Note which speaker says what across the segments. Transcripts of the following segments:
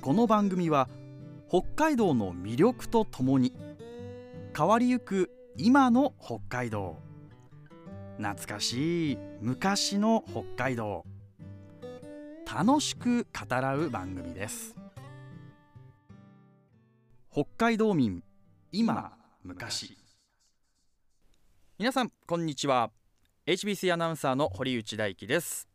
Speaker 1: この番組は北海道の魅力とともに変わりゆく今の北海道懐かしい昔の北海道楽しく語らう番組です北海道民今昔皆さんこんにちは HBC アナウンサーの堀内大輝です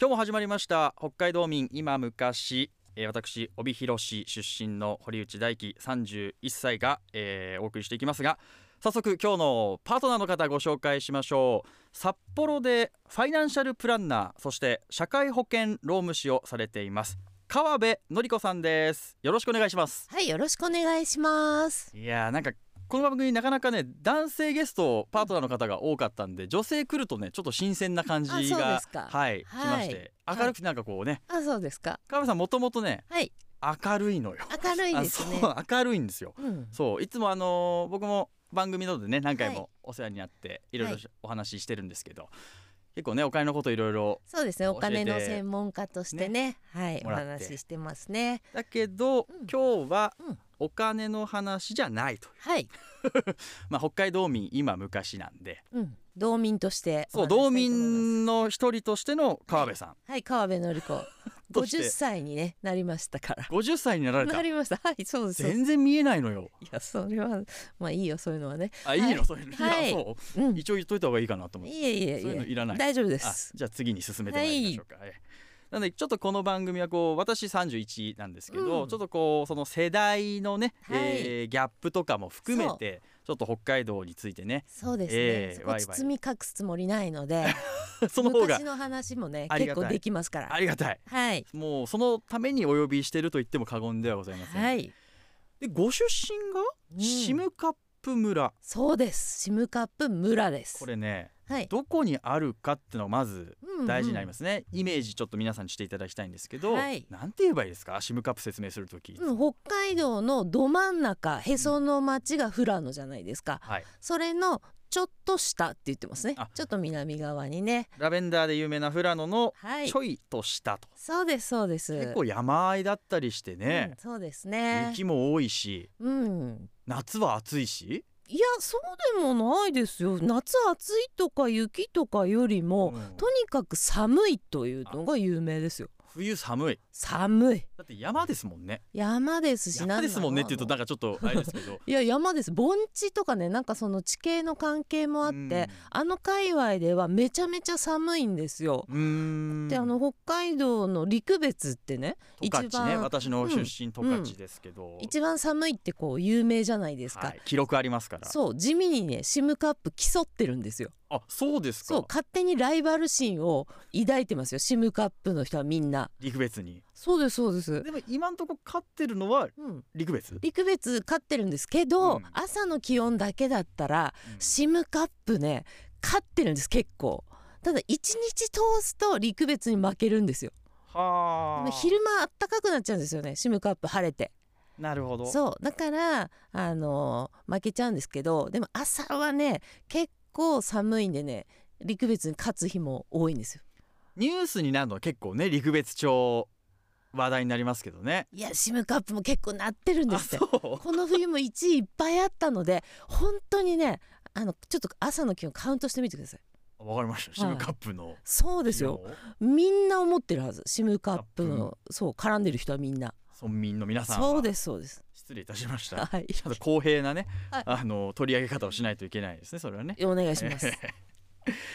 Speaker 1: 今日も始まりました北海道民今昔えー私帯広市出身の堀内大輝31歳が、えーお送りしていきますが早速今日のパートナーの方ご紹介しましょう札幌でファイナンシャルプランナーそして社会保険労務士をされています川辺典子さんですよろしくお願いします
Speaker 2: はい、よろしくお願いします。
Speaker 1: いやーなんかこの番組なかなかね男性ゲストパートナーの方が多かったんで女性来るとねちょっと新鮮な感じ
Speaker 2: あそう
Speaker 1: が
Speaker 2: ですか
Speaker 1: はい、し
Speaker 2: はい
Speaker 1: まして
Speaker 2: はい
Speaker 1: 明るくてなんかこうね、
Speaker 2: あ、そうですか。
Speaker 1: 川辺さんもともとね
Speaker 2: はい、
Speaker 1: 明るいのよ
Speaker 2: 明るいですね。
Speaker 1: あそう明 るいんですよ
Speaker 2: うん、
Speaker 1: そういつもあのー僕も番組などでね何回
Speaker 2: は
Speaker 1: もお世話になって、い、ろいろしお話ししてるんですけど結構ねお金のこといろいろ
Speaker 2: そうですね。お金
Speaker 1: 教
Speaker 2: の
Speaker 1: えて
Speaker 2: 専門家としてね、はい、
Speaker 1: も
Speaker 2: お
Speaker 1: らって
Speaker 2: 話ししてますね。
Speaker 1: だけど、
Speaker 2: うん
Speaker 1: 今日は
Speaker 2: うん
Speaker 1: お金の話じゃないという、
Speaker 2: はい、
Speaker 1: まあ、北海道民今昔なんで
Speaker 2: うん、道民としてお
Speaker 1: そう
Speaker 2: 話ししたいと
Speaker 1: 道
Speaker 2: 思います。
Speaker 1: 民の一人としての川辺さん、
Speaker 2: はい、川辺 典子。
Speaker 1: と
Speaker 2: 五
Speaker 1: して
Speaker 2: 十歳にね、なりましたから。
Speaker 1: 50歳になられ
Speaker 2: な
Speaker 1: た
Speaker 2: りました。はい、そうです。そうです
Speaker 1: 全然見えないの よ
Speaker 2: いや、それは、まあ、いいよ、そういうのはね。
Speaker 1: あいいの、
Speaker 2: はい
Speaker 1: そういうの、、
Speaker 2: はいい
Speaker 1: やそ
Speaker 2: うん、
Speaker 1: う
Speaker 2: い
Speaker 1: 一応言っといた方がいいかなと思って
Speaker 2: えいえい
Speaker 1: そういうの
Speaker 2: え。
Speaker 1: いらない
Speaker 2: 大丈夫で
Speaker 1: あ
Speaker 2: す。
Speaker 1: じゃあ次に進めてまいりましょうか、はいなのでちょっとこの番組はこう私31なんですけど、
Speaker 2: うん
Speaker 1: ちょっとこうその世代のね、
Speaker 2: はい
Speaker 1: えーギャップとかも含めてちょっと北海道についてね
Speaker 2: そうですね。
Speaker 1: ええ
Speaker 2: そ
Speaker 1: わ
Speaker 2: こ
Speaker 1: いわい
Speaker 2: 包み隠すつもりないので、
Speaker 1: その方が
Speaker 2: 昔の話もね、
Speaker 1: ありが
Speaker 2: 結
Speaker 1: たい
Speaker 2: 構できますから。
Speaker 1: ありがたい
Speaker 2: はい。
Speaker 1: もうそのためにお呼びしてると言っても過言ではございません、
Speaker 2: はい。
Speaker 1: でご出身が
Speaker 2: うん
Speaker 1: シムカップ村、
Speaker 2: そうです。シムカップ村です。
Speaker 1: これね
Speaker 2: はい。。
Speaker 1: どこにあるかっていうのがまず大事になりますすね、イメージちょっと皆さんにしていただきたいんですけど、
Speaker 2: はい
Speaker 1: なんて言えばいいですかシムカップ説明するとき、
Speaker 2: うん、北海道のど真ん中、へその町が富良野じゃないですか。
Speaker 1: はい
Speaker 2: それのちょっと下って言ってますね
Speaker 1: あ。
Speaker 2: ちょっと南側にね。
Speaker 1: ラベンダーで有名な富良野の
Speaker 2: はい
Speaker 1: ち。ょいと下と、
Speaker 2: そうです。そうです。
Speaker 1: 結構山あいだったりして
Speaker 2: う
Speaker 1: ね
Speaker 2: ん、そうですね。
Speaker 1: 雪も多いし
Speaker 2: うん。
Speaker 1: 夏は暑いし、
Speaker 2: いや、そうでもないですよ。夏暑いとか雪とかよりも、
Speaker 1: うん
Speaker 2: とにかく寒いというのが有名ですよ。
Speaker 1: 冬寒い
Speaker 2: 寒い。
Speaker 1: だって山ですもんね
Speaker 2: 山ですし。
Speaker 1: 山ですもんねっ
Speaker 2: なん
Speaker 1: て
Speaker 2: だ
Speaker 1: いう
Speaker 2: ろ
Speaker 1: と
Speaker 2: う
Speaker 1: なんかちょっとあれですけ ど
Speaker 2: いや山です盆地とかねなんかその地形の関係もあって、あの界隈ではめちゃめちゃ寒いんですよ。
Speaker 1: うーん
Speaker 2: であの北海道の陸別ってね
Speaker 1: 十勝
Speaker 2: 一
Speaker 1: ね
Speaker 2: 番
Speaker 1: 私の出身十勝ですけど、
Speaker 2: 一番寒いってこう有名じゃないですか。
Speaker 1: はい、記録ありますから
Speaker 2: そう地味にねシムカップ競ってるんですよ
Speaker 1: あそうです
Speaker 2: そう
Speaker 1: か
Speaker 2: 勝手にライバル心を抱いてますよシムカップの人はみんな
Speaker 1: 陸別に
Speaker 2: そうですそうです、
Speaker 1: でも今のとこ勝ってるのは
Speaker 2: うん、
Speaker 1: 陸別、
Speaker 2: 陸別勝ってるんですけど、
Speaker 1: うん
Speaker 2: 朝の気温だけだったら
Speaker 1: うん
Speaker 2: シムカップね勝ってるんです結構ただ一日通すと陸別に負けるんですよ
Speaker 1: はあ
Speaker 2: 昼間あったかくなっちゃうんですよねシムカップ晴れて
Speaker 1: なるほど
Speaker 2: そうだからあのー負けちゃうんですけどでも朝はね結構寒いんでね陸別に勝つ日も多いんですよ
Speaker 1: ニュースになるのは結構ね陸別町話題になりますけどね
Speaker 2: いやシムカップも結構なってるんで
Speaker 1: あそ
Speaker 2: すよ
Speaker 1: う
Speaker 2: この冬も1位いっぱいあったので本当にねあのちょっと朝の気温カウントしてみてください
Speaker 1: わかりました。シムカップの、
Speaker 2: そうですよ。みんな思ってるはずシムカップ
Speaker 1: カッ
Speaker 2: のそう絡んでる人はみんな
Speaker 1: 村民の皆さんは
Speaker 2: そうですそうです
Speaker 1: 失礼いたしました。
Speaker 2: はい
Speaker 1: ちゃんと公平なね、
Speaker 2: はい
Speaker 1: あの取り上げ方をしないといけないですね。それはね。
Speaker 2: お願い します、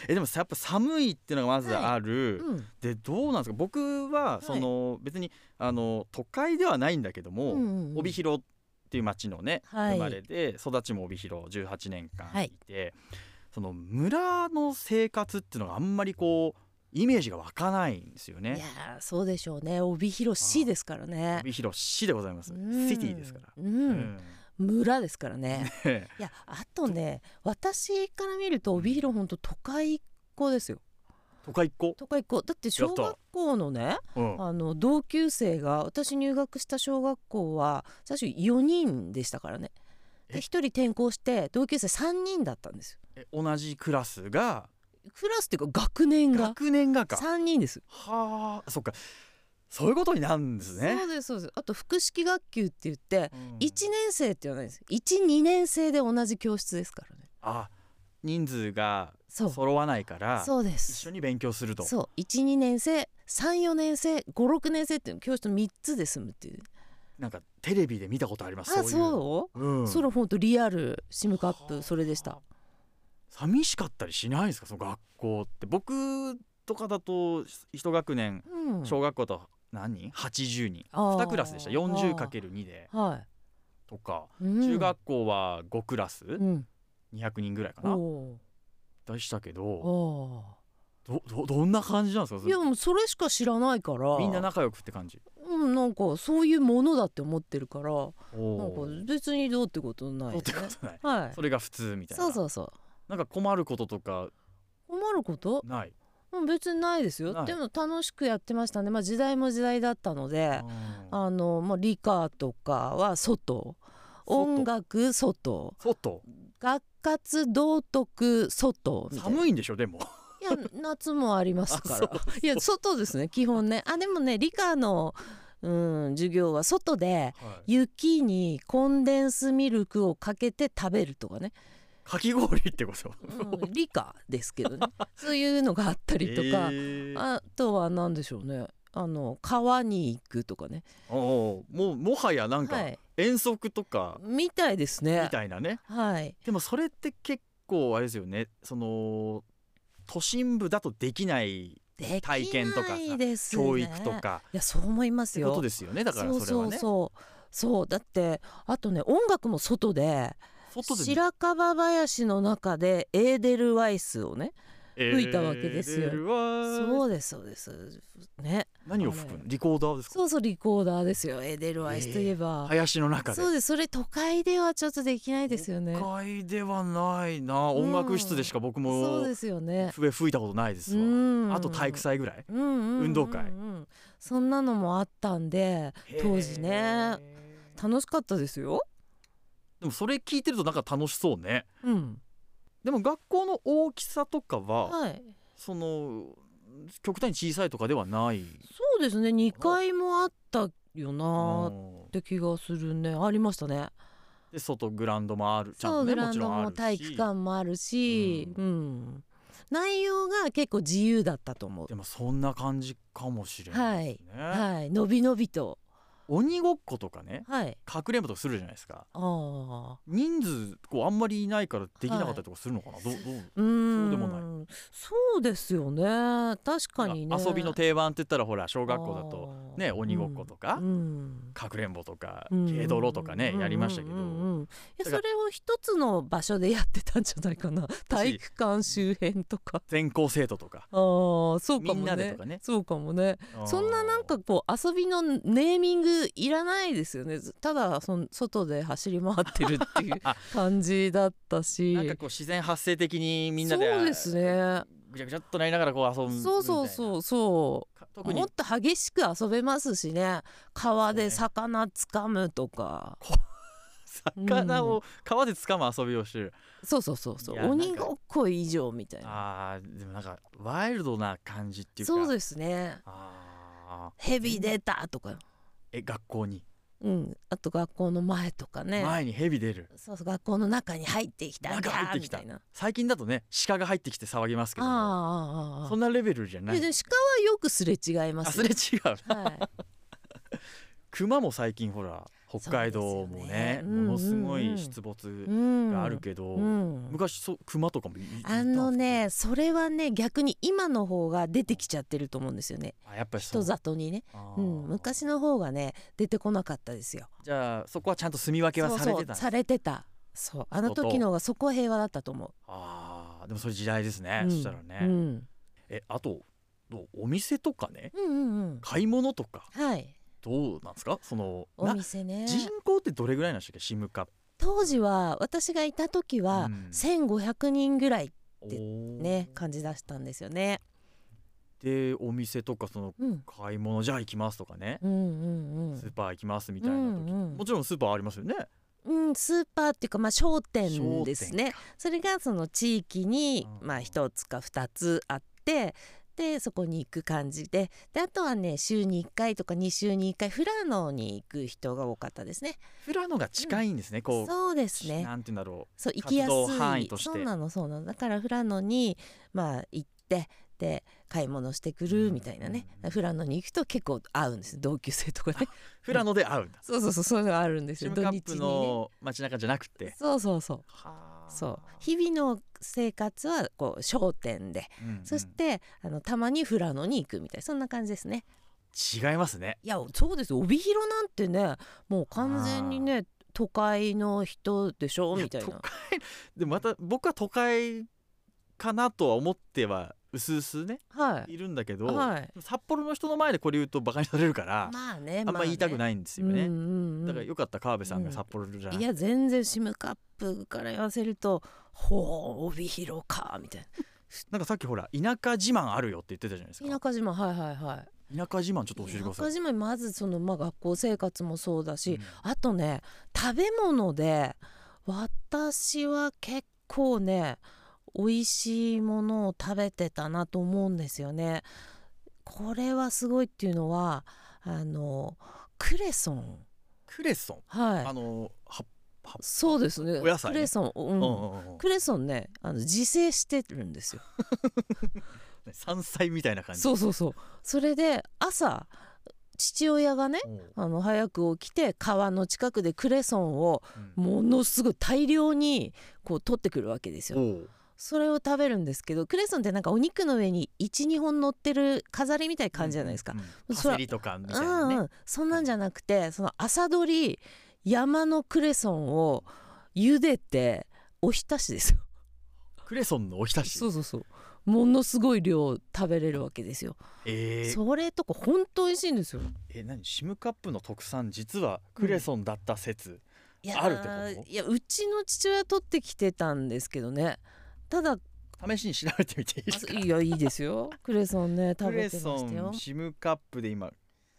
Speaker 1: えでもさやっぱ寒いっていうのがまずある。
Speaker 2: うん
Speaker 1: でどうなんですか。僕はその、別にあの都会ではないんだけども、
Speaker 2: うんうんうん
Speaker 1: 帯広っていう町のね、
Speaker 2: はい
Speaker 1: 生まれで育ちも帯広18年間
Speaker 2: はい
Speaker 1: いて、その村の生活っていうのがあんまりこうイメージが湧かないんですよね。
Speaker 2: いやーそうでしょうね帯広市ですからね
Speaker 1: 帯広市でございます。シ
Speaker 2: うん
Speaker 1: ティですから。
Speaker 2: うん
Speaker 1: うん
Speaker 2: 村ですからね
Speaker 1: へえ
Speaker 2: いやあとね私から見ると帯広本当都会っ子ですよ
Speaker 1: 都会っ子。
Speaker 2: 都会っ子だって小
Speaker 1: やっ
Speaker 2: 学校のね
Speaker 1: うん。
Speaker 2: あの同級生が私入学した小学校は最初4人でしたからね
Speaker 1: え
Speaker 2: で1人転校して同級生3人だったんですよ
Speaker 1: え同じクラスが
Speaker 2: クラスっていうか学年が
Speaker 1: 学年がか。
Speaker 2: 3人です
Speaker 1: はあ、そっか。そういうことになるんです
Speaker 2: そ
Speaker 1: ね
Speaker 2: うですそうですあと複式学級って言って
Speaker 1: うん
Speaker 2: 1年生って言わないです12年生で同じ教室ですからね
Speaker 1: あ人数が
Speaker 2: そう
Speaker 1: 揃わないから
Speaker 2: そうで
Speaker 1: 一緒
Speaker 2: す
Speaker 1: に勉強すると
Speaker 2: そう12年生34年生56年生っていうの教室の3つで済むっていう
Speaker 1: なんかテレビで見たことありますそ
Speaker 2: あ
Speaker 1: ういう、
Speaker 2: そう
Speaker 1: う
Speaker 2: う、
Speaker 1: ん、
Speaker 2: それほんとリアルシムカップそれでした
Speaker 1: 寂しかったりしないですかその学校って僕とかだと一学年
Speaker 2: うん
Speaker 1: 小学校と何人 ?80 人
Speaker 2: あー
Speaker 1: 2クラスでした 40×2 で
Speaker 2: は
Speaker 1: とか
Speaker 2: い、うん
Speaker 1: 中学校は5クラス
Speaker 2: うん
Speaker 1: 200人ぐらいかな
Speaker 2: お
Speaker 1: でしたけ
Speaker 2: ー
Speaker 1: ど
Speaker 2: お
Speaker 1: どどどんな感じなんですか
Speaker 2: ー
Speaker 1: そ
Speaker 2: い
Speaker 1: れ
Speaker 2: やもうそれしか知らないから
Speaker 1: みんな仲良くって感じ
Speaker 2: うん、なんかそういうものだって思ってるからなんか
Speaker 1: おー
Speaker 2: 別にどうってこと
Speaker 1: ど
Speaker 2: ない
Speaker 1: う
Speaker 2: よ
Speaker 1: ってこ
Speaker 2: ね
Speaker 1: とない
Speaker 2: は い
Speaker 1: それが普通みたいな
Speaker 2: そうそうそう
Speaker 1: なんか困ることとか
Speaker 2: 困ること
Speaker 1: ない
Speaker 2: うん別にないです
Speaker 1: な
Speaker 2: よ
Speaker 1: い
Speaker 2: でも楽しくやってましたねまあ時代も時代だったので
Speaker 1: うん
Speaker 2: あの、まあ、理科とかは外
Speaker 1: 外
Speaker 2: 音楽外
Speaker 1: 外
Speaker 2: 学活道徳外みたいな
Speaker 1: 寒いんでしょでも
Speaker 2: いや夏もありますか
Speaker 1: あ
Speaker 2: らいや外ですね基本ねあでもね理科の、うん、授業は外で
Speaker 1: はい
Speaker 2: 雪にコンデンスミルクをかけて食べるとかね、
Speaker 1: かき氷ってこと
Speaker 2: うん、理科ですけどねそういうのがあったりとか、
Speaker 1: えー
Speaker 2: あとは何でしょうねあの川に行くとかね
Speaker 1: おうもうもはやなんか
Speaker 2: はい
Speaker 1: 遠足とか
Speaker 2: みたいですね
Speaker 1: みたいなね、
Speaker 2: はい
Speaker 1: でもそれって結構あれですよねその都心部だとできない
Speaker 2: でき
Speaker 1: 体験とかさ
Speaker 2: ないですね
Speaker 1: 教育とか
Speaker 2: いやそう思いま
Speaker 1: っ
Speaker 2: す
Speaker 1: て
Speaker 2: よ
Speaker 1: ことですよねだからそれはね
Speaker 2: そうそうそうそうだってあとね音楽も外で
Speaker 1: 外で
Speaker 2: 白樺林の中でエーデルワイスをね吹いたわけですよ
Speaker 1: エーデルワイス
Speaker 2: そうですそうですね
Speaker 1: 何を吹くの
Speaker 2: あ
Speaker 1: リコーダーですか
Speaker 2: そうそうリコーダーですよエーデルワイスといえば、
Speaker 1: 林の中で
Speaker 2: そうですそれ都会ではちょっとできないですよね
Speaker 1: 都会ではないな
Speaker 2: うん
Speaker 1: 音楽室でしか僕
Speaker 2: そう
Speaker 1: も
Speaker 2: ですよね
Speaker 1: 笛吹いたことないですわ
Speaker 2: うん
Speaker 1: あと体育祭ぐらい
Speaker 2: うんうんうんうん
Speaker 1: 運動会
Speaker 2: そんなのもあったんで当時ね
Speaker 1: へー
Speaker 2: 楽しかったですよ
Speaker 1: でもそれ聞いてるとなんか楽しそうね
Speaker 2: うん
Speaker 1: でも学校の大きさとかは、
Speaker 2: はい
Speaker 1: その極端に小さいとかではない
Speaker 2: そうですね2階もあったよなーっ
Speaker 1: うん
Speaker 2: て気がするねありましたね
Speaker 1: で外グラウンドもあるちゃん
Speaker 2: そ
Speaker 1: と
Speaker 2: う
Speaker 1: ね
Speaker 2: グ
Speaker 1: も
Speaker 2: ラウ
Speaker 1: ち
Speaker 2: ン
Speaker 1: ろ
Speaker 2: ド
Speaker 1: んある
Speaker 2: も
Speaker 1: し
Speaker 2: 体育館もあるし、
Speaker 1: う
Speaker 2: うん内容が結構自由だったと思う
Speaker 1: でもそんな感じかもしれないですね、
Speaker 2: はいのびのびと
Speaker 1: 鬼ごっことかね
Speaker 2: はい
Speaker 1: かくれんぼとかするじゃないですか
Speaker 2: ああ
Speaker 1: 人数こうあんまりいないからできなかったりとかするのかな、どうどう
Speaker 2: うーん
Speaker 1: そうでも
Speaker 2: そうですよね確かにね
Speaker 1: 遊びの定番って言ったらほら小学校だと
Speaker 2: あー
Speaker 1: ね鬼ごっことか、
Speaker 2: うん
Speaker 1: かくれんぼとか
Speaker 2: うん
Speaker 1: 軽泥とかね、やりましたけど、
Speaker 2: うんうんうんいや
Speaker 1: だ
Speaker 2: そ
Speaker 1: か
Speaker 2: れ
Speaker 1: ら
Speaker 2: を一つの場所でやってたんじゃないかな体育館周辺とか
Speaker 1: 全校生徒とか、
Speaker 2: あーそうかもね
Speaker 1: みんなでとかね
Speaker 2: そうかもねそんななんかこう遊びのネーミングいらないですよねずただその外で走り回ってるっ ていう感じだったし
Speaker 1: なんかこう自然発生的にみんなで
Speaker 2: そうですね
Speaker 1: ぐちゃぐちゃっとなりながらこう遊ぶみたいな
Speaker 2: そうそうそうそ
Speaker 1: か
Speaker 2: う
Speaker 1: 特に
Speaker 2: もっと激しく遊べますしね川で
Speaker 1: そう
Speaker 2: 魚掴むとか
Speaker 1: 魚を川で掴む遊びをしてる、
Speaker 2: そうそうそうそ
Speaker 1: いうやなんか
Speaker 2: 鬼ごっこ以上みたいな
Speaker 1: あーでもなんかワイルドな感じっていうか
Speaker 2: そう
Speaker 1: す
Speaker 2: ですね
Speaker 1: あー
Speaker 2: 蛇出たとか
Speaker 1: え学校に、
Speaker 2: うんあと学校の前とかね
Speaker 1: 前にヘビ出る
Speaker 2: そうそう学校の中に入ってきた
Speaker 1: 中入って
Speaker 2: み
Speaker 1: きた
Speaker 2: たいな
Speaker 1: 最近だとね鹿が入ってきて騒ぎますけ
Speaker 2: あ
Speaker 1: ども
Speaker 2: あああああ
Speaker 1: そんなレベルじゃない
Speaker 2: いやでも鹿はよくすれ違いま
Speaker 1: あ
Speaker 2: す
Speaker 1: すれ違う
Speaker 2: はい
Speaker 1: 熊も最近ほら北海道もね
Speaker 2: そうですよねうん
Speaker 1: ものすごい出没
Speaker 2: うん
Speaker 1: があるけど、
Speaker 2: うん
Speaker 1: 昔そう熊とかもいいた
Speaker 2: あ
Speaker 1: んですか
Speaker 2: のねそれはね逆に今の方が出てきちゃってると思うんですよね
Speaker 1: あやっぱりそう
Speaker 2: 人里にね、
Speaker 1: あ
Speaker 2: う
Speaker 1: ー
Speaker 2: ん、昔の方がね出てこなかったですよ
Speaker 1: じゃあそこはちゃんと住み分けはされ
Speaker 2: そ
Speaker 1: て
Speaker 2: うそ
Speaker 1: た
Speaker 2: うん
Speaker 1: です
Speaker 2: されてたそうあの時の方がそこは平和だったと思う
Speaker 1: あーでもそれ時代ですね、
Speaker 2: うん
Speaker 1: そしたらね、
Speaker 2: うん、
Speaker 1: えあとどうお店とかね
Speaker 2: うんうんうん
Speaker 1: 買い物とか
Speaker 2: はい
Speaker 1: どうなんですかその
Speaker 2: お
Speaker 1: な
Speaker 2: 店ね
Speaker 1: 人口ってどれぐらいなんでしたっけシムカって
Speaker 2: 当時は私がいた時
Speaker 1: う
Speaker 2: は
Speaker 1: ん
Speaker 2: 1500人ぐらいね
Speaker 1: ね
Speaker 2: 感じ出したんですよね、
Speaker 1: でお店とかその
Speaker 2: うん、
Speaker 1: 買い物じゃあ行きますとかね、
Speaker 2: うんうんうん
Speaker 1: スーパー行きますみたいな時、
Speaker 2: うんうん
Speaker 1: もちろんスーパーありますよね
Speaker 2: うん、スーパーっていうか、まあ、商
Speaker 1: 商
Speaker 2: 店
Speaker 1: 店
Speaker 2: ですねそれがその地域に
Speaker 1: うんうん
Speaker 2: まあ一つか二つあってでそこに行く感じでであとはね週に1回とか2週に1回富良野に行く人が多かったですね。
Speaker 1: 富良野が近いんですね、こう
Speaker 2: そうですね
Speaker 1: なんて言うんだろ
Speaker 2: そう行きやす
Speaker 1: 活動範囲
Speaker 2: い
Speaker 1: として
Speaker 2: そうなのそうなのだから富良野にまあ行ってで買い物してくるみたいなね
Speaker 1: うん
Speaker 2: 富良野に行くと結構会うんです同級生とかね
Speaker 1: う富良野で会うんだ、
Speaker 2: そうそうそうそういうのがあるんです
Speaker 1: シ
Speaker 2: よ
Speaker 1: ム
Speaker 2: 土
Speaker 1: カッ
Speaker 2: 日
Speaker 1: プ
Speaker 2: にね
Speaker 1: の街中じゃなくて
Speaker 2: そうそうそう
Speaker 1: はあ
Speaker 2: そう日々の生活はこう商店で、
Speaker 1: うんうん
Speaker 2: そしてあのたまに富良野に行くみたいそんな感じですね
Speaker 1: 違いますね
Speaker 2: いやそうですよ帯広なんてねもう完全にね都会の人でしょみたい
Speaker 1: や
Speaker 2: な
Speaker 1: 都会でまた僕は都会かなとは思っては薄々ね
Speaker 2: はい
Speaker 1: いるんだけど、
Speaker 2: はい
Speaker 1: 札幌の人の前でこれ言うとバカにされるから、
Speaker 2: まあね
Speaker 1: あんま言いたく
Speaker 2: い
Speaker 1: ないんですよね、だからよかった川辺さん
Speaker 2: う
Speaker 1: が
Speaker 2: ん
Speaker 1: 札幌じゃなくて、
Speaker 2: いや全然シムカップから言わせると「ほう帯広か」みたい
Speaker 1: なんかさっきほら田舎自慢あるよって言ってたじゃないです
Speaker 2: な
Speaker 1: か
Speaker 2: 田舎島はいはいはい
Speaker 1: 田舎自慢ちょっと教えてくだ
Speaker 2: 田
Speaker 1: さ
Speaker 2: 舎
Speaker 1: い
Speaker 2: 島にまずその、まあ、学校生活もそうだし、
Speaker 1: うん
Speaker 2: あとね食べ物で私は結構ね美味しいものを食べてたなと思うんですよね。これはすごいっていうのはあのクレソン
Speaker 1: クレソン、
Speaker 2: は
Speaker 1: あ
Speaker 2: い
Speaker 1: のは
Speaker 2: そうですね
Speaker 1: お野菜ね
Speaker 2: クレソン、うん
Speaker 1: うんうんうん
Speaker 2: クレソンねあの自生してるんですよ。
Speaker 1: 山菜みたいな感じ
Speaker 2: そうそうそうそれで朝父親がね
Speaker 1: おう
Speaker 2: あの早く起きて川の近くでクレソンを
Speaker 1: うん
Speaker 2: ものすごい大量にこう取ってくるわけですよ。
Speaker 1: おう
Speaker 2: それを食べるんですけどクレソンってなんかお肉の上に12本乗ってる飾りみたいな感じじゃないですか。
Speaker 1: うんうん
Speaker 2: そ
Speaker 1: パ
Speaker 2: したら
Speaker 1: セリとかみた
Speaker 2: う、
Speaker 1: いなんね、
Speaker 2: うん、そんなんじゃなくてその朝取り山のクレソンを茹でておひたしですよ。
Speaker 1: クレソンのおひたし
Speaker 2: そうそうそうものすごい量食べれるわけですよ。
Speaker 1: えー、
Speaker 2: それとか本当美味しいんですよ。
Speaker 1: え何シムカップの特産実はクレソンだった説、
Speaker 2: いやー
Speaker 1: あるってこと
Speaker 2: いやうちの父親取ってきてたんですけどねただ
Speaker 1: 試しに調べてみていいですか
Speaker 2: いやいいです よクレソンね食
Speaker 1: ク
Speaker 2: べ
Speaker 1: レ
Speaker 2: て
Speaker 1: ソ
Speaker 2: ましたよ
Speaker 1: ン、シムカップで今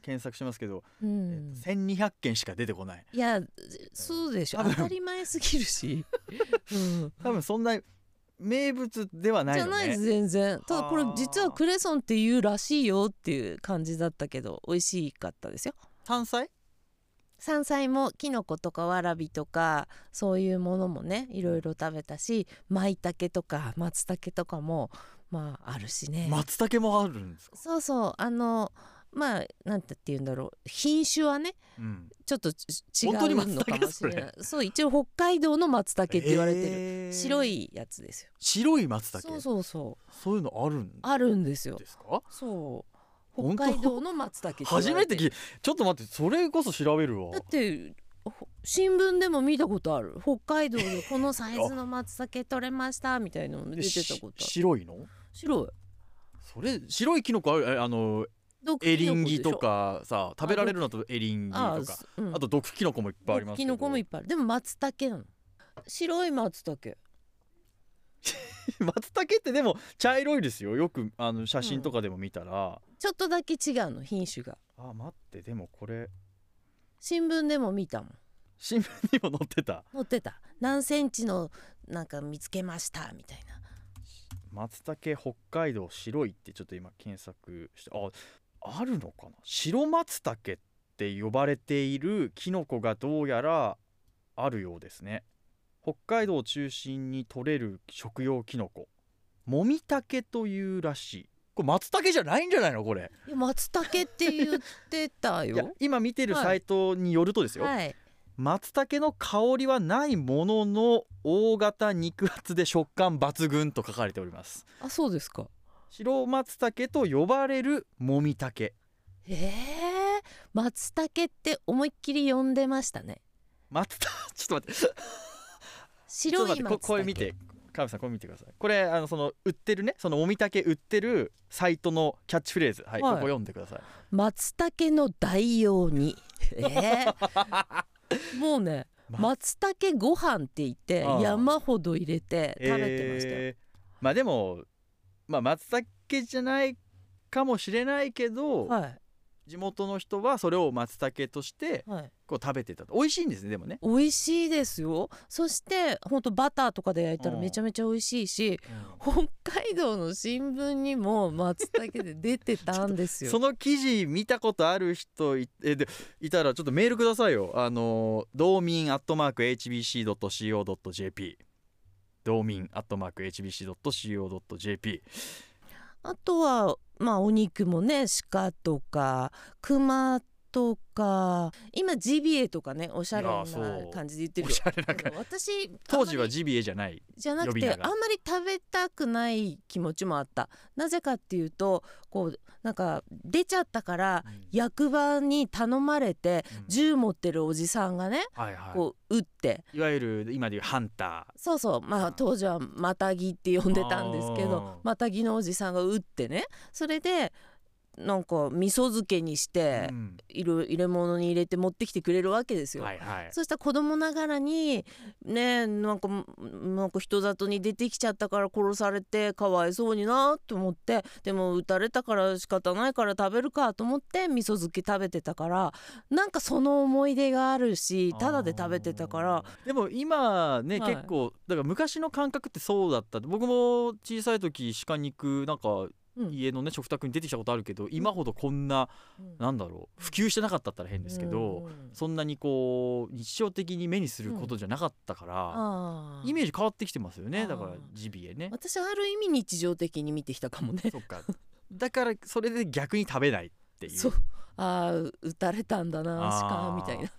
Speaker 1: 検索してますけど、
Speaker 2: う
Speaker 1: えっ
Speaker 2: ん、
Speaker 1: と1200件しか出てこない
Speaker 2: いやそうでしょ
Speaker 1: 多分
Speaker 2: 当たり前すぎるし、うん、
Speaker 1: 多分そんな名物ではない
Speaker 2: じ
Speaker 1: よ
Speaker 2: ゃ
Speaker 1: ね
Speaker 2: ないです全然ただこれ
Speaker 1: はあ
Speaker 2: 実はクレソンっていうらしいよっていう感じだったけど美味しかったですよ
Speaker 1: 山菜
Speaker 2: 山菜もキノコとかわらびとかそういうものもねいろいろ食べたし舞茸とか松茸とかもまああるしね
Speaker 1: 松茸もあるんですか、
Speaker 2: そうそうあのまあなんて言うんだろう品種はね
Speaker 1: うん、
Speaker 2: ちょっとち違う
Speaker 1: 本当に松
Speaker 2: のかも
Speaker 1: 茸
Speaker 2: し
Speaker 1: それ
Speaker 2: れないそう一応北海道の松茸って言われてる、
Speaker 1: えー
Speaker 2: 白いやつですよ
Speaker 1: 白い松茸そ
Speaker 2: そううそうそう
Speaker 1: いうのあるん
Speaker 2: あるんですよ
Speaker 1: ですか
Speaker 2: そう
Speaker 1: 本
Speaker 2: 北
Speaker 1: 当
Speaker 2: 海道の松茸って言われ
Speaker 1: 初めて
Speaker 2: て
Speaker 1: 聞いちょっと待ってそれこそ調べるわ
Speaker 2: だってほ新聞でも見たことある北海道でこのサイズの松茸取れましたみたいなのも
Speaker 1: で
Speaker 2: 出てた
Speaker 1: し
Speaker 2: ことある
Speaker 1: 白いの
Speaker 2: 白い
Speaker 1: それ白いキノコあるえあの
Speaker 2: 毒キ
Speaker 1: エ
Speaker 2: ノ
Speaker 1: リ
Speaker 2: コ
Speaker 1: ン
Speaker 2: でし
Speaker 1: ギ
Speaker 2: ょ
Speaker 1: とかさ食べられるのとエリンギと
Speaker 2: あ
Speaker 1: か
Speaker 2: あすうん
Speaker 1: あと毒キノコもいっぱいありますけ
Speaker 2: キ
Speaker 1: ど
Speaker 2: ノコもいっぱいあるでも松茸なの白い松茸
Speaker 1: 松茸ってでも茶色いですよよくあの写真とかでも見たら、
Speaker 2: ちょっとだけ違うの品種が
Speaker 1: あ待ってでもこれ
Speaker 2: 新聞でも見たもん
Speaker 1: 新聞にも載ってた
Speaker 2: 載ってた何センチのなんか見つけましたみたいな
Speaker 1: 松茸北海道白いってちょっと今検索してああるのかな白松茸って呼ばれているキノコがどうやらあるようですね北海道を中心に取れる食用キノコもみたけというらしいこれ松茸じゃないんじゃないのこれ
Speaker 2: いや松茸って言ってた
Speaker 1: いや
Speaker 2: よ
Speaker 1: 今見てる
Speaker 2: はい
Speaker 1: サイトによるとですよ、
Speaker 2: はい
Speaker 1: 松茸の香りはないものの大型肉厚で食感抜群と書かれております
Speaker 2: あそうですか
Speaker 1: 白松茸と呼ばれるもみたけ
Speaker 2: ええ松茸って思いっきり呼んでましたね
Speaker 1: 松茸 ちょっと待ってちょっと待
Speaker 2: 白い
Speaker 1: ってこ
Speaker 2: 松茸
Speaker 1: これ見て川辺さんこれ見てくださいこれあのその売ってるねそのもみたけ売ってるサイトのキャッチフレーズはい、
Speaker 2: はい
Speaker 1: ここ読んでください
Speaker 2: 松茸の代用にええ もうね
Speaker 1: ま
Speaker 2: 松茸ご飯って言って
Speaker 1: ああ
Speaker 2: 山ほど入れて食べてましたよ、
Speaker 1: えーまあでもまあ松茸じゃないかもしれないけど、
Speaker 2: はい
Speaker 1: 地元の人はそれを松茸として
Speaker 2: はい、
Speaker 1: こう食べてたと美味しいんですねでもね、
Speaker 2: 美味しいですよそしてほんとバターとかで焼いたらめちゃめちゃ美味しいし、北海道の新聞にも松茸で出てたんで すよ
Speaker 1: その記事見たことある人いえでいたらちょっとメールくださいよあの道民アットマーク HBC.CO.JP 道民アットマーク HBC.CO.JP
Speaker 2: あとはまあお肉もね鹿とか熊とか今ジビエとかねおしゃれ
Speaker 1: いやー
Speaker 2: な
Speaker 1: そう
Speaker 2: 感じで言ってる
Speaker 1: お
Speaker 2: よ
Speaker 1: しゃれな感じ
Speaker 2: 私
Speaker 1: 当時
Speaker 2: あんま
Speaker 1: は
Speaker 2: り
Speaker 1: ジビエじゃない
Speaker 2: じゃなく
Speaker 1: 呼び
Speaker 2: て
Speaker 1: 名
Speaker 2: あん
Speaker 1: が
Speaker 2: まり食べたくない気持ちもあったなぜかっていうとこうなんか出ちゃったから役場に頼まれて
Speaker 1: うん
Speaker 2: 銃持ってるおじさんがね
Speaker 1: はいは
Speaker 2: こう撃って
Speaker 1: いいわゆる今でいうハンタ
Speaker 2: そうそうま
Speaker 1: うん
Speaker 2: あ当時はマタギって呼んでたんですけ
Speaker 1: あー
Speaker 2: どマタギのおじさんが撃ってねそれでなんか味噌漬けにし
Speaker 1: ー、
Speaker 2: て
Speaker 1: うん
Speaker 2: 入れ入れ物に入れて持ってきてくれるわけですよ。
Speaker 1: はいはい
Speaker 2: そしたら子供ながらにねなんかんなんか人里に出てきちゃったから殺されてかわいそうになと思ってでも撃たれたから仕方ないから食べるかと思って味噌漬け食べてたからなんかその思い出があるしただで食べてたから
Speaker 1: あーでも今ね、
Speaker 2: はい
Speaker 1: 結構だから昔の感覚ってそうだった僕も小さい時鹿肉なんか
Speaker 2: うん
Speaker 1: 家のね食卓に出てきたことあるけど今ほどこんななんだろう普及してなかったったら変ですけど、
Speaker 2: うん
Speaker 1: そんなにこう日常的に目にすることじゃなかったから、
Speaker 2: あー
Speaker 1: イメージ変わってきてますよね
Speaker 2: あー
Speaker 1: だからジビエね。
Speaker 2: 私ある意味日常的に見てきたかもね。
Speaker 1: そっかだからそれで逆に食べないっていう
Speaker 2: そうあー撃たれたんだな
Speaker 1: あー
Speaker 2: 鹿みたいな。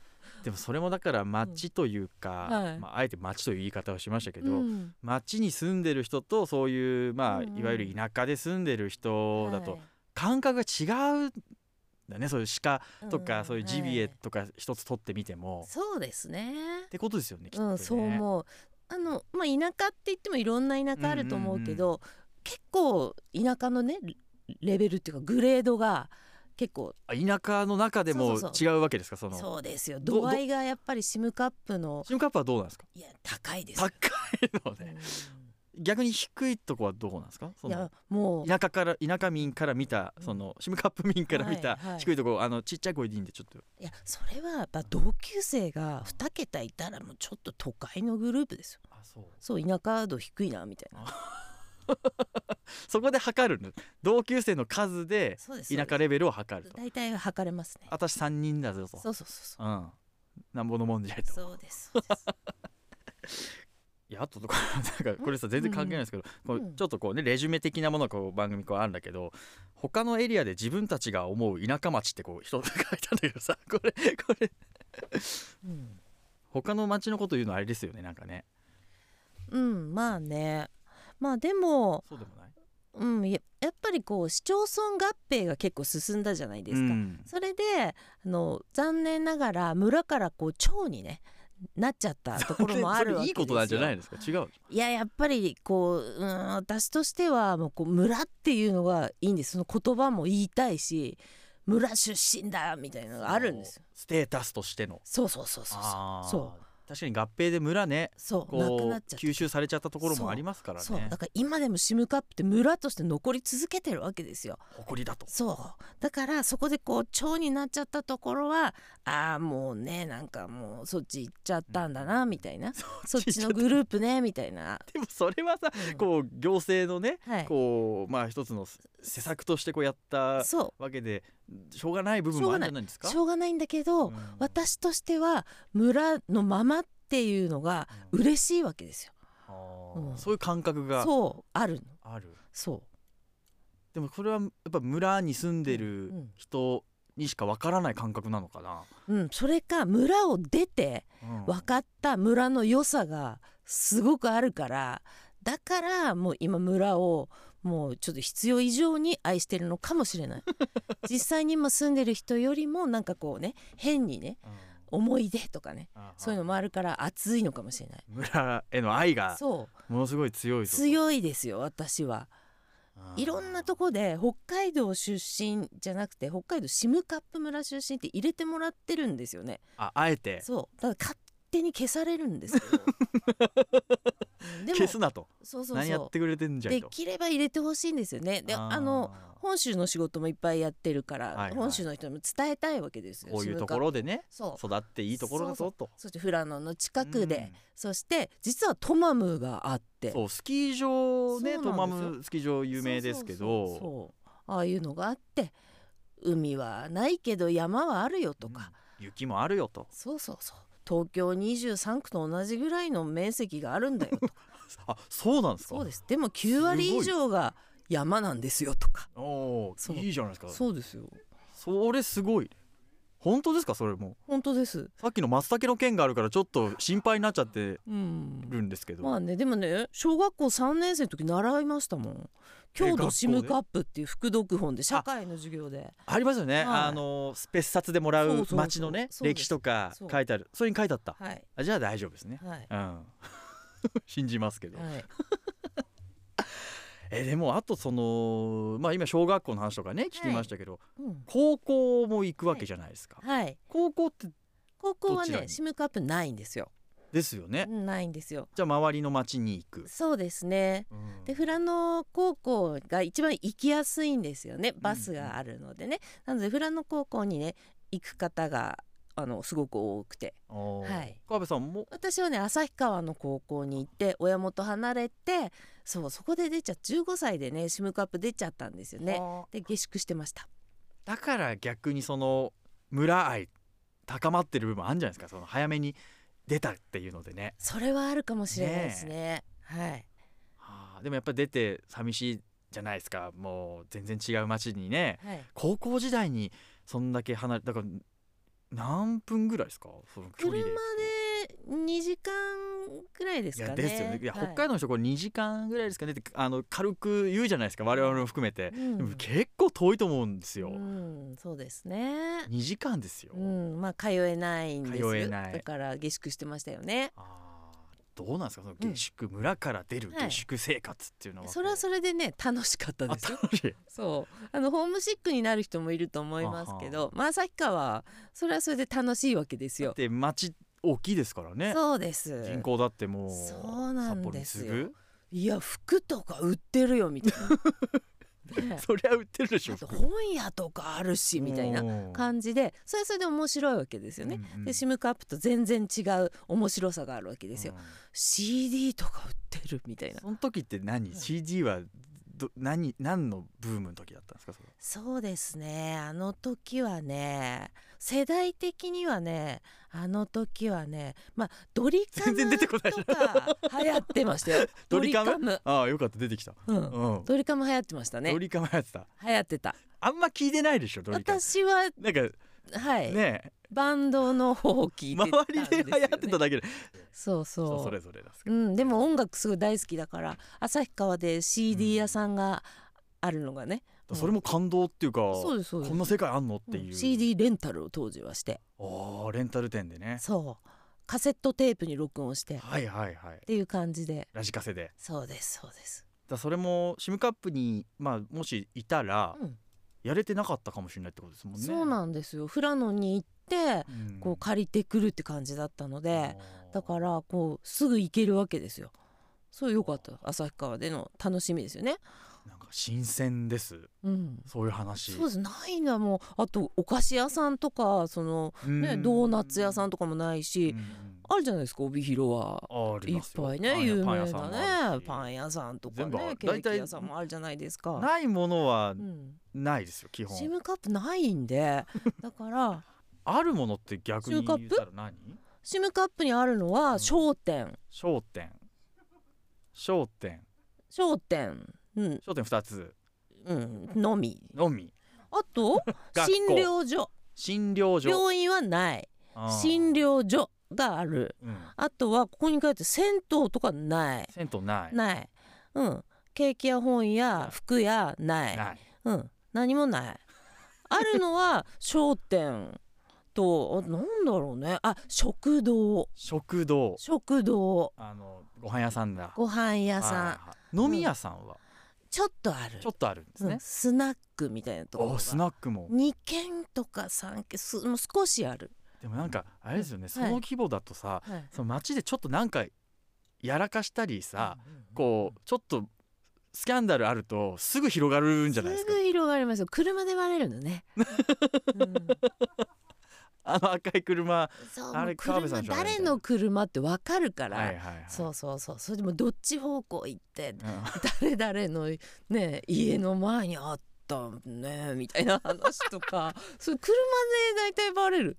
Speaker 1: でもそれもだから町というか、
Speaker 2: うんはい
Speaker 1: まあ、あえて町という言い方をしましたけど、
Speaker 2: うん
Speaker 1: 町に住んでる人とそういう、まあ
Speaker 2: うんうん
Speaker 1: いわゆる田舎で住んでる人だ
Speaker 2: は
Speaker 1: と
Speaker 2: い
Speaker 1: 感覚が違うんだね、そういう鹿とか、
Speaker 2: ん
Speaker 1: そういうジビエ
Speaker 2: は
Speaker 1: とか一つ取ってみても、
Speaker 2: いそうですね。
Speaker 1: ってことですよねきっと
Speaker 2: う
Speaker 1: ね。
Speaker 2: ん、そう思う。あの、まあ、田舎って言ってもいろんな田舎あると思うけど、結構田舎のねレレベルっていうかグレードが結構
Speaker 1: あ田舎の中でも
Speaker 2: そうそう
Speaker 1: 違うわけですかその
Speaker 2: そうですよ
Speaker 1: ど
Speaker 2: 度合いがやっぱりシムカップの
Speaker 1: シムカップはどうなんですか
Speaker 2: いや高いですよ
Speaker 1: 高いのね逆に低いとこはどうなんですか
Speaker 2: う
Speaker 1: そ
Speaker 2: んいや
Speaker 1: の
Speaker 2: もう
Speaker 1: 田舎から田舎民から見た
Speaker 2: うん
Speaker 1: そのシムカップ民から見た
Speaker 2: はいはい
Speaker 1: 低いとこ、あのちっちゃい声でいいんでちょっと
Speaker 2: いやそれはやっぱ同級生が2桁いたらもうちょっと都会のグループですよ
Speaker 1: あそう
Speaker 2: そう田舎度低いなみたいな
Speaker 1: そこで測るの同級生の数で
Speaker 2: そうです
Speaker 1: 田舎レベルを測ると
Speaker 2: 大体測れますね
Speaker 1: 私3人だぞと
Speaker 2: そうそうそう
Speaker 1: うんなんぼのもんじゃい
Speaker 2: そ
Speaker 1: と
Speaker 2: うそうですそうです
Speaker 1: いやあととか なんかこれさ全然関係ないんですけど、
Speaker 2: うん
Speaker 1: こうちょっとこうねレジュメ的なものがこう番組こうあるんだけど他のエリアで自分たちが思う田舎町ってこう人が書いたんだけどさ これこれ
Speaker 2: うん
Speaker 1: 他の町のこと言うのあれですよねなんかね
Speaker 2: うんまあねまあでも、
Speaker 1: そうでもない
Speaker 2: うん、ややっぱりこう市町村合併が結構進んだじゃないですか、
Speaker 1: うん
Speaker 2: それであの残念ながら村からこう町にねなっちゃったところもあるわけですよ
Speaker 1: いいことなんじゃないですか違う
Speaker 2: いややっぱりこう、うん、私としてはもうこう村っていうのがいいんですその言葉も言いたいし村出身だみたいなのがあるんですよ
Speaker 1: ステータスとしての
Speaker 2: そうそうそうそう
Speaker 1: あー
Speaker 2: そ
Speaker 1: 確かに合併で村ね
Speaker 2: そうそうなく
Speaker 1: こ
Speaker 2: なっ
Speaker 1: う
Speaker 2: ちゃった
Speaker 1: 吸収されちゃったところもありますから
Speaker 2: そう
Speaker 1: ね
Speaker 2: だから今でもシムカップって村として残り続けてるわけですよ
Speaker 1: 誇りだと
Speaker 2: そうだからそこでこう腸になっちゃったところはああもうねなんかもうそっち行っちゃったんだなみたいなそっちのグループねみたいな、
Speaker 1: でもそれはさ
Speaker 2: うん
Speaker 1: こう行政のね
Speaker 2: はい
Speaker 1: こうまあ一つの施策としてこうやった
Speaker 2: そ
Speaker 1: わけでしょうがない部分もあるんじゃないです
Speaker 2: う
Speaker 1: か
Speaker 2: しょうがないんだけど、
Speaker 1: うん
Speaker 2: 私としては村のままっていうのが
Speaker 1: うん
Speaker 2: 嬉しいわけですよ
Speaker 1: あ
Speaker 2: う
Speaker 1: ー
Speaker 2: ん
Speaker 1: そういう感覚が
Speaker 2: そうあるの
Speaker 1: ある
Speaker 2: そ
Speaker 1: でもそれはやっぱ村に住んでる
Speaker 2: うんうん
Speaker 1: 人にしかわからない感覚なのかな、
Speaker 2: ううんそれか村を出て
Speaker 1: うん
Speaker 2: 分かった村の良さがすごくあるからだからもう今村をもうちょっと必要以上に愛してるのかもしれない実際に今住んでる人よりもなんかこうね変にね
Speaker 1: うん
Speaker 2: 思い出とかね
Speaker 1: あー
Speaker 2: そういうのもあるから熱いのかもしれない
Speaker 1: 村への愛が
Speaker 2: そ
Speaker 1: ものすごい強いうと
Speaker 2: 強いですよ私は
Speaker 1: あー
Speaker 2: いろんなとこで北海道出身じゃなくて北海道シムカップ村出身って入れてもらってるんですよね
Speaker 1: ああえて
Speaker 2: そうだから勝手に消されるん ですよでも
Speaker 1: 消すなと
Speaker 2: そうそう
Speaker 1: 何や
Speaker 2: そ
Speaker 1: ってくれてんじ
Speaker 2: う
Speaker 1: ゃい
Speaker 2: で
Speaker 1: と
Speaker 2: きれば入れてほしいんですよねであの本州の仕事もいっぱいやってるから、
Speaker 1: はいはい
Speaker 2: 本州の人にも伝えたいわけですよ
Speaker 1: こういうとこ
Speaker 2: 自分が
Speaker 1: ろでね
Speaker 2: そう
Speaker 1: 育っていいところだぞと
Speaker 2: そして富良野の近くで、そして実はトマムがあっ
Speaker 1: う
Speaker 2: て
Speaker 1: んそうスキー場ね
Speaker 2: そうなんですよ
Speaker 1: トマムスキー場有名ですけ
Speaker 2: そうそう
Speaker 1: ど
Speaker 2: そうそうああいうのがあって海はないけど山はあるよとか、
Speaker 1: うん雪もあるよと
Speaker 2: そうそうそう東京23区と同じぐらいの面積があるんだよとか
Speaker 1: あ そうなんですか
Speaker 2: そうですでも9割以上が山なんですよとか
Speaker 1: お
Speaker 2: そ
Speaker 1: ー
Speaker 2: う
Speaker 1: いいじゃないですか
Speaker 2: そうですよ
Speaker 1: それすごい本当ですかそれも
Speaker 2: 本当です
Speaker 1: さっきの松茸の件があるからちょっと心配になっちゃって
Speaker 2: うん
Speaker 1: るんですけど、
Speaker 2: まあねでもね小学校3年生の時習いましたもん郷土シムカップっていう副読本で社会の授業で
Speaker 1: ありますよね、
Speaker 2: はい
Speaker 1: あの別冊でもら
Speaker 2: そうそう
Speaker 1: う
Speaker 2: そう
Speaker 1: 町のね
Speaker 2: そうです
Speaker 1: 歴史とか
Speaker 2: そう
Speaker 1: 書いてあるそれに書いてあった
Speaker 2: はい
Speaker 1: あじゃあ大丈夫ですね
Speaker 2: はい
Speaker 1: うん 信じますけど、
Speaker 2: はい
Speaker 1: えでもあとそのまあ今小学校の話とかね聞きましたけど、
Speaker 2: うん
Speaker 1: 高校も行くわけじゃないですか、
Speaker 2: はい
Speaker 1: 高校って
Speaker 2: 高校は
Speaker 1: どちら
Speaker 2: ね
Speaker 1: に
Speaker 2: シムカップないんですよ
Speaker 1: ですよね、
Speaker 2: うんないんですよ
Speaker 1: じゃあ周りの町に行く、
Speaker 2: そうですね
Speaker 1: うん
Speaker 2: で富良野高校が一番行きやすいんですよねバスがあるのでね、なので富良野高校にね行く方があのすごく多くて
Speaker 1: おー
Speaker 2: はい
Speaker 1: 川辺さんも
Speaker 2: 私はね旭川の高校に行って親元離れてそうそこで出ちゃ15歳でねシムカップ出ちゃったんですよね
Speaker 1: はあ
Speaker 2: で下宿してました
Speaker 1: だから逆にその村愛高まってる部分あるんじゃないですかその早めに出たっていうのでね、
Speaker 2: それはあるかもしれないですねはい
Speaker 1: はあでもやっぱり出て寂しいじゃないですかもう全然違う町にね
Speaker 2: はい
Speaker 1: 高校時代にそんだけ離れだから何分ぐらいですかその距
Speaker 2: 車
Speaker 1: 離
Speaker 2: で
Speaker 1: で
Speaker 2: 2時間ぐらいです
Speaker 1: い
Speaker 2: か
Speaker 1: や
Speaker 2: ね
Speaker 1: ですよねいや、
Speaker 2: はい
Speaker 1: 北海道の人これ2時間ぐらいですかねってあの軽く言うじゃないですか我々も含めて、
Speaker 2: うん
Speaker 1: でも結構遠いと思うんですよ、
Speaker 2: うん、そうですね
Speaker 1: 2時間ですよ、
Speaker 2: うん、まあ通えないんですよ
Speaker 1: 通えない
Speaker 2: だから下宿してましたよね
Speaker 1: あーどうなんですかその下宿、村から出る
Speaker 2: は
Speaker 1: 下
Speaker 2: い
Speaker 1: 宿生活っていうのは、
Speaker 2: それはそれでね楽しかった
Speaker 1: あ
Speaker 2: ですよ
Speaker 1: 楽しい
Speaker 2: そうあのホームシックになる人もいると思いますけどまあ旭川はそれはそれで楽しいわけですよ、
Speaker 1: で町大きいですからね
Speaker 2: そうです
Speaker 1: 人口だってもう
Speaker 2: そうなんですよ
Speaker 1: 札幌に
Speaker 2: いや服とか売ってるよみたいな、 ね
Speaker 1: 次ぐそりゃ売ってるでしょ
Speaker 2: あと本屋とかあるしみたいな
Speaker 1: じ
Speaker 2: 感じでそれはそれで面白いわけですよね、でシムカップと全然違う面白さがあるわけですよ、CD とか売ってるみたいな
Speaker 1: その時って何、
Speaker 2: うん
Speaker 1: CD はど何何のブームの時だったんですかそれ
Speaker 2: そうですねあの時はね世代的にはねあの時はねまあドリカ
Speaker 1: 全然
Speaker 2: ム
Speaker 1: 出てこ
Speaker 2: と
Speaker 1: ない
Speaker 2: か流行ってましたよ
Speaker 1: ドリカム
Speaker 2: ドリカ
Speaker 1: ああよかった出てきた、
Speaker 2: ム、
Speaker 1: う
Speaker 2: うん
Speaker 1: ん
Speaker 2: ドリカム流行ってましたね
Speaker 1: ドリカムやってた
Speaker 2: 流行ってた
Speaker 1: あんま聞いてないでしょドリカム
Speaker 2: 私は
Speaker 1: なんか
Speaker 2: はい、
Speaker 1: ね
Speaker 2: バンドの方を聞いてたん
Speaker 1: 周
Speaker 2: ですよ、ね、
Speaker 1: りで流行ってただけで
Speaker 2: そうそう
Speaker 1: そうそれぞれですけ
Speaker 2: う
Speaker 1: ど、
Speaker 2: ん、でも音楽すごい大好きだから旭川で CD 屋さんがあるのがね、うん
Speaker 1: それも感動っていうか
Speaker 2: そうですそうです
Speaker 1: こんな世界あんのっていう、
Speaker 2: うん CD レンタルを当時はして
Speaker 1: ああレンタル店でね
Speaker 2: そうカセットテープに録音してっ
Speaker 1: はいはいはい
Speaker 2: ていう感じで
Speaker 1: ラジカセでだか
Speaker 2: そうですそうです、
Speaker 1: らそれもシムカップに、まあ、もしいたら、
Speaker 2: うん
Speaker 1: やれてなかったかもしれないってことですもんね
Speaker 2: そうなんですよ富良野に行って
Speaker 1: うん
Speaker 2: こう借りてくるって感じだったので、
Speaker 1: あー
Speaker 2: だからこうすぐ行けるわけですよそうよかった旭川での楽しみですよね
Speaker 1: なんか新鮮です
Speaker 2: うん
Speaker 1: そういう話
Speaker 2: そうですないんだもうあとお菓子屋さんとかそのねドーナツ屋さんとかもないし、あるじゃないですか帯広は。
Speaker 1: あり
Speaker 2: いっ
Speaker 1: ますよ
Speaker 2: ぱいね有名
Speaker 1: パン屋さんも
Speaker 2: な
Speaker 1: あ
Speaker 2: ね
Speaker 1: るし
Speaker 2: パン屋さんとか
Speaker 1: 全部あ
Speaker 2: ね
Speaker 1: る
Speaker 2: ケーキ屋さんもあるじゃないですか。
Speaker 1: ないものは
Speaker 2: うん、
Speaker 1: ないですよ基本
Speaker 2: シムカップない んでだから
Speaker 1: あるものって逆に言ったら何
Speaker 2: シムカップにあるのは商店
Speaker 1: 商店商店
Speaker 2: 商店、うん
Speaker 1: 商店二つ
Speaker 2: うん、のみ
Speaker 1: のみ
Speaker 2: あと
Speaker 1: 学校
Speaker 2: 診療所
Speaker 1: 診療所
Speaker 2: 病院はない
Speaker 1: あー
Speaker 2: 診療所がある
Speaker 1: うん
Speaker 2: あとはここに書いて銭湯とかない
Speaker 1: 銭湯ない
Speaker 2: ない、うん、ケーキや本
Speaker 1: ない
Speaker 2: や服やない
Speaker 1: ない
Speaker 2: うん、何もない。 あるのは商店と、あなんだろうね。あ、食堂、
Speaker 1: 食堂
Speaker 2: 食堂、
Speaker 1: あのご飯屋さんだ
Speaker 2: ご飯
Speaker 1: は
Speaker 2: 屋
Speaker 1: い
Speaker 2: さん、
Speaker 1: はい飲み屋さんは
Speaker 2: ちょっとある。
Speaker 1: ちょっとあるんです
Speaker 2: う
Speaker 1: ね
Speaker 2: んスナックみたいなところ
Speaker 1: お
Speaker 2: が。
Speaker 1: スナックも
Speaker 2: 2軒とか3軒すもう少しある
Speaker 1: でもなんかあれですよね、
Speaker 2: うん
Speaker 1: その規模だとさ、
Speaker 2: はい
Speaker 1: その街でちょっとなんかやらかしたりさ、
Speaker 2: うん
Speaker 1: こうちょっとスキャンダルあるとすぐ広がるんじゃないですか
Speaker 2: すぐ広がりますよ車で割れる のね、うん
Speaker 1: あの赤い車
Speaker 2: そう
Speaker 1: あ
Speaker 2: も
Speaker 1: れ
Speaker 2: う
Speaker 1: 川辺さ
Speaker 2: 車
Speaker 1: んじゃないみたい
Speaker 2: 誰
Speaker 1: な
Speaker 2: の車ってわかるから、
Speaker 1: はいはいはい
Speaker 2: そうそうそうそれでもどっち方向行って
Speaker 1: うん
Speaker 2: 誰々のね家の前にあったねみたいな話とか そう車で大体バレる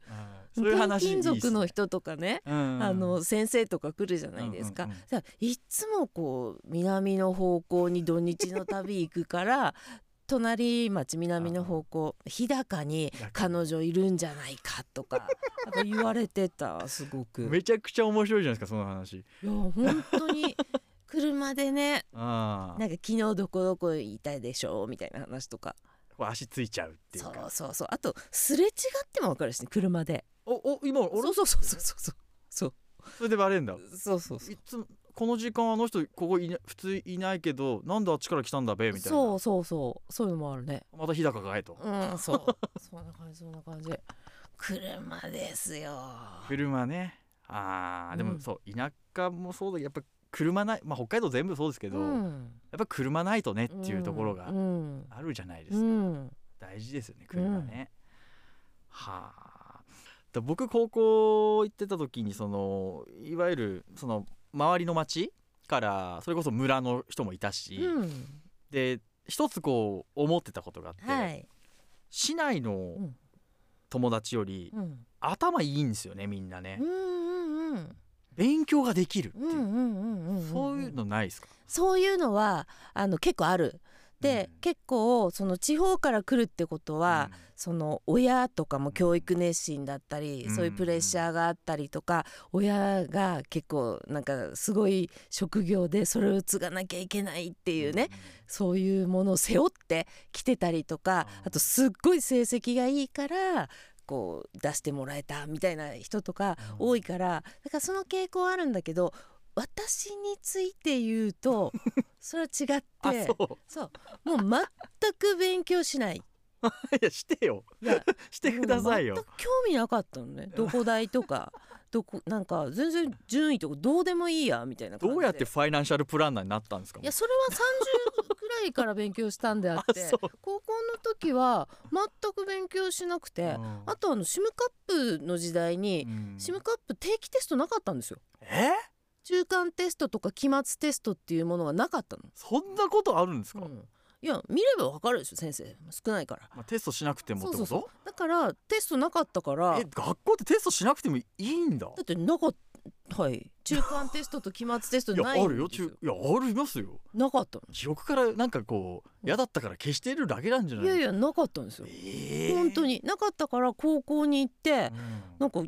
Speaker 1: そういう話いいっ
Speaker 2: 転
Speaker 1: すね
Speaker 2: 勤族の人とかね、
Speaker 1: うん
Speaker 2: あの先生とか来るじゃないですか、
Speaker 1: うんうんうん
Speaker 2: だからいつもこう南の方向に土日の旅行くから 隣町南の方向日高に彼女いるんじゃないかとかなんか言われてたすごく。
Speaker 1: めちゃくちゃ面白いじゃないですかその話
Speaker 2: いや本当に車でね
Speaker 1: ああ
Speaker 2: なんか昨日どこどこいたでしょうみたいな話とか
Speaker 1: こう足ついちゃうっていう
Speaker 2: そう
Speaker 1: か
Speaker 2: そうそうあとすれ違っても分かるしね車で
Speaker 1: おお今
Speaker 2: そ
Speaker 1: 俺
Speaker 2: うそうそうそうそうそう
Speaker 1: それでバレるんだ
Speaker 2: そうそうそう
Speaker 1: いつもこの時間あの人ここいな普通いないけどなんであっちから来たんだべみたいな
Speaker 2: そうそうそうそういうのもあるね
Speaker 1: また日高がえと
Speaker 2: うんそう そんな感じそんな感じ車ですよ
Speaker 1: 車ねあーで
Speaker 2: う
Speaker 1: も
Speaker 2: ん
Speaker 1: そう田舎もそうだけどやっぱ車ないまあ北海道全部そうですけど、やっ
Speaker 2: ん
Speaker 1: ぱ車ないとねっていうところが
Speaker 2: うん
Speaker 1: あるじゃないです
Speaker 2: う
Speaker 1: か、
Speaker 2: ん
Speaker 1: 大事ですよね車ね、はあだ僕高校行ってた時にそのいわゆるその周りの町からそれこそ村の人もいたし、
Speaker 2: うん
Speaker 1: で一つこう思ってたことがあって、
Speaker 2: はい
Speaker 1: 市内の
Speaker 2: うん
Speaker 1: 友達より
Speaker 2: うん
Speaker 1: 頭いいんですよねみんなね
Speaker 2: うんうんうん
Speaker 1: 勉強ができるっていう
Speaker 2: う、んうんうんん
Speaker 1: そういうのないですか
Speaker 2: そういうのはあの結構ある。で、
Speaker 1: うん
Speaker 2: 結構その地方から来るってことは、その親とかも教育熱心だったり、
Speaker 1: うん
Speaker 2: そういうプレッシャーがあったりとか親が結構なんかすごい職業でそれを継がなきゃいけないって
Speaker 1: て
Speaker 2: いうね、そういうものを背負ってきてたりとか
Speaker 1: あー
Speaker 2: あとすっごい成績がいいからこう出してもらえたみたいな人とか
Speaker 1: うん
Speaker 2: 多いからだからその傾向あるんだけど私について言 うとそれは違っ
Speaker 1: あ
Speaker 2: て
Speaker 1: そう
Speaker 2: そうもう全く勉強しない。
Speaker 1: いやしてよ
Speaker 2: いや
Speaker 1: して くださいよ
Speaker 2: もう全く興味なかったの ねどこ大とかどこなんか全然順位とかどうでもいいやみたいな感じ
Speaker 1: ど
Speaker 2: で
Speaker 1: うやってファイナンシャルプランナーになったんですか
Speaker 2: いやそれは30くらいから勉強したんであっ
Speaker 1: あ
Speaker 2: て
Speaker 1: そう
Speaker 2: 高校の時は全く勉強しなくて、
Speaker 1: うん
Speaker 2: あとあの SIM カップの時代に、
Speaker 1: うん
Speaker 2: SIM カップ定期テストなかったんですよ
Speaker 1: え
Speaker 2: 中間テストとか期末テストっていうものがなかったの、
Speaker 1: そんなことあるんですか、
Speaker 2: うんいや見ればわかるでしょ先生少ないから
Speaker 1: まあ、テストしなくてもってこと
Speaker 2: そうそうだからテストなかったから
Speaker 1: え学校ってテストしなくてもいいんだ
Speaker 2: だってなかったはい中間テストと期末テスト
Speaker 1: いや
Speaker 2: ない
Speaker 1: あ
Speaker 2: ん
Speaker 1: るよ
Speaker 2: です
Speaker 1: 中
Speaker 2: よ
Speaker 1: いやありますよ
Speaker 2: なかった
Speaker 1: 記憶からなんかこう嫌だったから消してるだけなんじゃ
Speaker 2: の
Speaker 1: ない
Speaker 2: いやい
Speaker 1: や
Speaker 2: やなかったんですよ、
Speaker 1: ええ
Speaker 2: 本当になかったから高校に行って
Speaker 1: う、ん
Speaker 2: なんか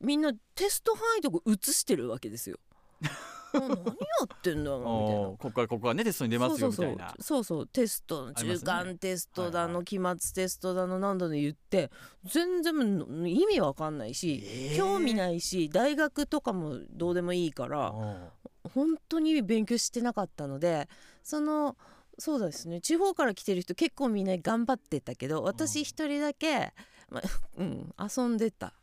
Speaker 2: みんなテスト範囲とか映してるわけですよ もう何やってんだ
Speaker 1: あ
Speaker 2: ろうみたいな
Speaker 1: ーここからここはねテストに出ますよみたいな
Speaker 2: そうそうそうそうそうテストの
Speaker 1: ありま
Speaker 2: 中
Speaker 1: すね
Speaker 2: 間テストだ
Speaker 1: はい
Speaker 2: の、期末テストだの何だの言って全然もう意味わかんないし、
Speaker 1: ええ
Speaker 2: 興味ないし大学とかもどうでもいいから、
Speaker 1: うん
Speaker 2: 本当に勉強してなかったのでそのそうですね地方から来てる人結構みんな頑張ってたけど
Speaker 1: うん
Speaker 2: 私一人だけ、まあ うん、遊んでた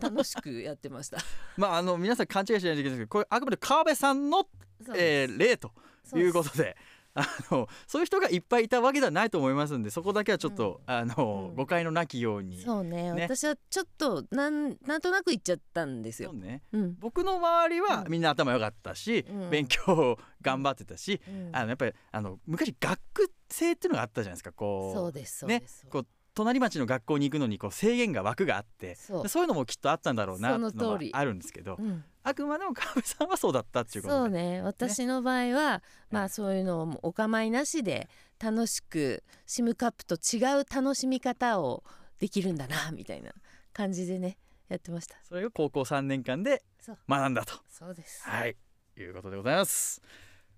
Speaker 2: 楽しくやってました
Speaker 1: まああの皆さん勘違いしないといけないんですけどこれあくまで川辺さんの、
Speaker 2: そうで
Speaker 1: えー、例と
Speaker 2: す
Speaker 1: いうことで。あのそういう人がいっぱいいたわけではないと思いますんでそこだけはちょっと、あの
Speaker 2: うん
Speaker 1: 誤解のなきように
Speaker 2: そうね
Speaker 1: ね
Speaker 2: 私はちょっとなんなんとなく言っちゃったんです
Speaker 1: そ
Speaker 2: よ
Speaker 1: う、ね
Speaker 2: うん
Speaker 1: 僕の周りは
Speaker 2: うん
Speaker 1: みんな頭良かったし、
Speaker 2: うん
Speaker 1: 勉強頑張ってたし、
Speaker 2: うん
Speaker 1: あのやっぱりあの昔学区制っていうのがあったじゃないですか
Speaker 2: そ
Speaker 1: こ
Speaker 2: う
Speaker 1: う
Speaker 2: ですそう
Speaker 1: ね
Speaker 2: です、そう
Speaker 1: こう隣町の学校に行くのにこう制限が枠があって
Speaker 2: そう
Speaker 1: そういうのもきっとあったんだろうな
Speaker 2: その
Speaker 1: っていうのは
Speaker 2: 通り
Speaker 1: あるんですけど
Speaker 2: うん
Speaker 1: あくまでも川辺さんはそうだったっていうことで
Speaker 2: そうね私の場合は、まあそういうのをお構いなしで楽しくシムカップと違う楽しみ方をできるんだなみたいな感じでねやってました
Speaker 1: それが高校3年間で
Speaker 2: そう
Speaker 1: 学んだと
Speaker 2: そうですは
Speaker 1: はいいうことでございます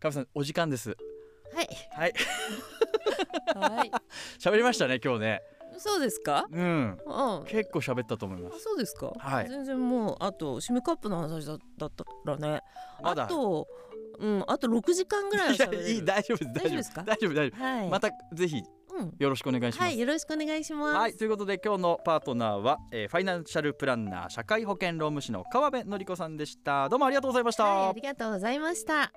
Speaker 1: 川辺さんお時間です
Speaker 2: い
Speaker 1: はい
Speaker 2: はい
Speaker 1: 喋りましたね今日ね
Speaker 2: そうですか
Speaker 1: うん
Speaker 2: うんあ
Speaker 1: 結構喋ったと思います
Speaker 2: そうですか、
Speaker 1: はい
Speaker 2: 全然もうあとシムカップの話だだったらね
Speaker 1: まだ
Speaker 2: あとうんあと6時間ぐらいはい
Speaker 1: や
Speaker 2: 喋れる
Speaker 1: いい大丈夫です
Speaker 2: 大丈夫ですか
Speaker 1: 大丈夫大丈夫
Speaker 2: はい
Speaker 1: またぜひ
Speaker 2: うんうん
Speaker 1: よろしくお願いします。
Speaker 2: はいよろしくお願いします、
Speaker 1: はいということで今日のパートナーは、えーファイナンシャルプランナー社会保険労務士の川辺典子さんでしたどうもありがとうございました、
Speaker 2: はいありがとうございました